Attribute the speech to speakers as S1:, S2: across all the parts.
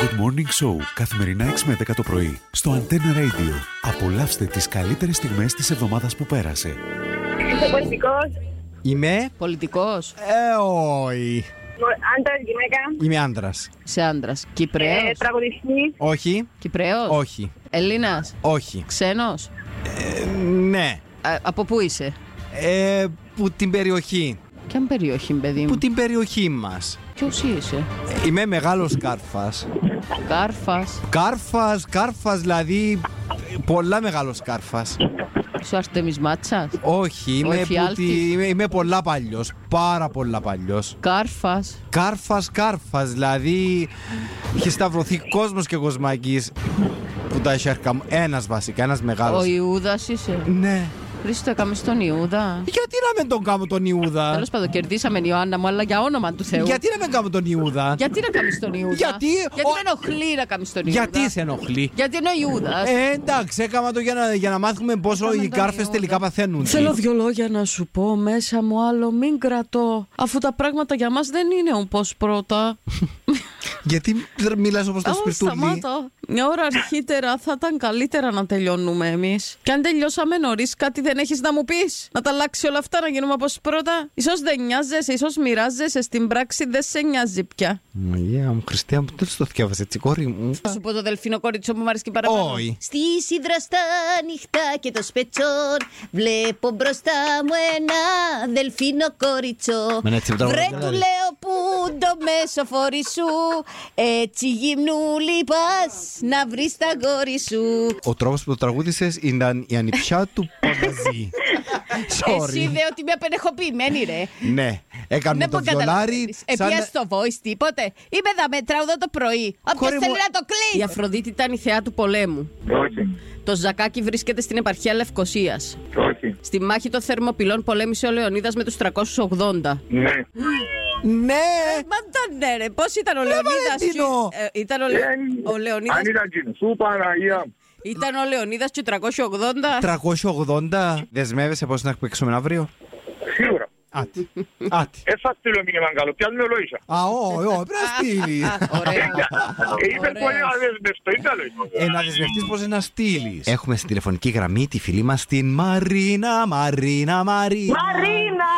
S1: Good Morning Show, καθημερινά 6 με 10 το πρωί, στο Antenna Radio. Απολαύστε τις καλύτερες στιγμές της εβδομάδας που πέρασε.
S2: Είσαι πολιτικός.
S3: Είμαι.
S4: Πολιτικός.
S3: Ε, όχι.
S2: Άντρας, γυναίκα.
S3: Είμαι άντρας.
S4: Σε άντρας. Κυπρέος.
S2: Ε, τραγουδιστής.
S3: Όχι.
S4: Κυπρέος.
S3: Όχι.
S4: Ελλήνας.
S3: Όχι.
S4: Ξένος.
S3: Ε, ναι.
S4: Από πού είσαι.
S3: Ε, που την περιοχή.
S4: Ποια περιοχή, παιδί
S3: Που
S4: μου.
S3: την περιοχή μας.
S4: Ποιος είσαι.
S3: Είμαι μεγάλος κάρφας.
S4: Κάρφας.
S3: Κάρφας, κάρφας δηλαδή. Πολλά μεγάλος κάρφας.
S4: Σου Αρτεμι Μάτσας.
S3: Όχι, είμαι, που
S4: εφιάλτης.
S3: τη- είμαι, είμαι πολλά παλιός. Πάρα πολλά παλιός.
S4: Κάρφας.
S3: Κάρφας, κάρφας. Δηλαδή, είχε σταυρωθεί κόσμος και κοσμάκης που τα είχε αρκά μου. Ένας βασικά, ένας
S4: Ο
S3: μεγάλο.
S4: Ιούδας είσαι.
S3: Ναι.
S4: Χρήστο, έκαμε τον Ιούδα.
S3: Γιατί να μην τον κάνω τον Ιούδα.
S4: Τέλος πάντων, κερδίσαμε την Ιωάννα μου, αλλά για όνομα του Θεού.
S3: Γιατί να μην κάνω τον Ιούδα.
S4: Γιατί να κάνεις τον Ιούδα.
S3: Γιατί-
S4: Γιατί
S3: ο-
S4: με ενοχλεί να κάνεις τον Ιούδα.
S3: Γιατί σε ενοχλεί.
S4: Γιατί είναι ο Ιούδας.
S3: Ε, εντάξει, έκανα το για να, για να μάθουμε πόσο
S4: Έκαμε
S3: οι
S4: τον
S3: κάρφες
S4: Ιούδα.
S3: τελικά παθαίνουν.
S5: Θέλω δύο λόγια να σου πω μέσα μου άλλο μην κρατώ αφού τα πράγματα για μας δεν είναι όπως πρώτα.
S3: Γιατί μιλάς όπως το
S5: Ω,
S3: σπιρτούλι.
S5: σταμάτω. Μια ώρα αρχίτερα θα ήταν καλύτερα να τελειώνουμε εμείς. Και αν τελειώσαμε νωρίς κάτι δεν έχεις να μου πεις. Να τα αλλάξει όλα αυτά να γίνουμε όπως πρώτα. Ίσως δεν νοιάζεσαι, ίσως μοιράζεσαι, στην πράξη δεν σε νοιάζει πια.
S3: Μαγία μου, Χριστία μου, δεν το διάβασε, τσικόρι μου.
S4: Θα σου πω το δελφίνο κορίτσο μου, μου αρέσει και παραπάνω.
S3: Όχι.
S6: Στη σίδρα στα νυχτά και το σπετσόρ Βλέπω μπροστά μου ένα δελφίνο κοριτσό
S3: Μεν έτσι, μπράβο,
S6: Βρε
S3: μπράβο.
S6: του λέω που το μέσο φορή σου Έτσι γυμνούλη πας να βρεις τα γόρι σου
S3: Ο τρόπος που το τραγούδισες ήταν η ανιψιά του Παπαζή.
S4: Εσύ
S3: Sorry.
S4: δε ότι είμαι απενεχοποιημένη, ρε.
S3: Ναι, έκανε
S4: Δεν
S3: το
S4: μπορεί να
S3: βιολάρι. σαν-
S4: Επία στο voice τίποτε. Είμαι εδώ με τραγουδό το πρωί. Όποιος
S3: Κόρη μου,
S4: θέλει να το κλείσει. Η Αφροδίτη ήταν η θεά του πολέμου.
S7: Όχι,
S4: Το Ζακάκι βρίσκεται στην επαρχία Λευκοσίας.
S7: όχι,
S4: Στη μάχη των Θερμοπυλών πολέμησε ο Λεωνίδας με τους 380.
S7: ναι.
S3: Ναι,
S4: Μα ήταν ναι, ρε. Πώς ήταν ο Λεωνίδα.
S3: Ε, Βαλεντίνο.
S4: Ήταν ο,
S7: Ε,
S4: Λε- ο Λεωνίδας-
S7: Αν ήταν κοινή σου, Παναγία. μου.
S4: Ήταν ο Λεωνίδας του 380.
S3: 380. Δεσμεύεσαι πώς να παίξουμε αύριο.
S7: Σίγουρα.
S3: Άτι. Άτι.
S7: Ε, θα στείλω μήνυμα καλό. Ποια με λόγισα.
S3: Α, όχι, όχι, πρέπει να στείλει.
S4: Ωραία.
S7: Ε, Είπε
S4: Ωραίος.
S7: πολύ αδεσμευτό. Ήταν λόγισα.
S3: Ε, να δεσμευτείς πώς να στείλεις. Έχουμε στη τηλεφωνική γραμμή τη φίλη μας την Μαρίνα, Μαρίνα, Μαρίνα.
S2: Μαρίνα!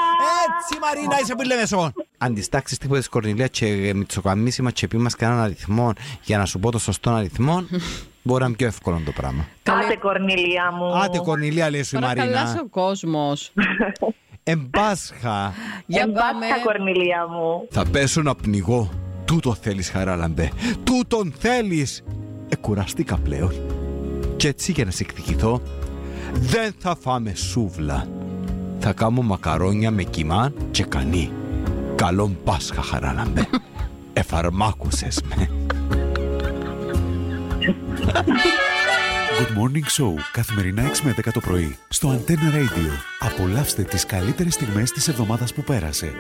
S3: Έτσι, Μαρίνα, είσαι που λέμε σόν. Αν διστάξει τίποτα τη Κορνιλία και μητσοκαμίσει μα και πει μα κανέναν αριθμό για να σου πω το σωστό αριθμό, μπορεί να είναι πιο εύκολο το πράγμα.
S2: Άντε, Κορνίλια μου.
S3: Άτε, Κορνιλία, λέει σου η
S4: Παρακαλά
S3: Μαρίνα.
S4: ο κόσμος.
S3: Εμπάσχα.
S7: Ε,
S4: Για πάμε.
S2: Εμπάσχα, Κορνίλια μου.
S3: Θα πέσω να πνιγώ. Τούτο θέλεις χαράλαμπε. Τούτον θέλεις. Εκουραστήκα πλέον. Και έτσι για να σε εκδικηθώ, δεν θα φάμε σούβλα. Θα κάνω μακαρόνια με κοιμά και κανί. Καλόν Πάσχα χαράλαμπε. Εφαρμάκουσες με.
S1: Good Morning Show, καθημερινά 6 με 10 το πρωί, στο Antenna Radio. Απολαύστε τις καλύτερες στιγμές της εβδομάδας που πέρασε.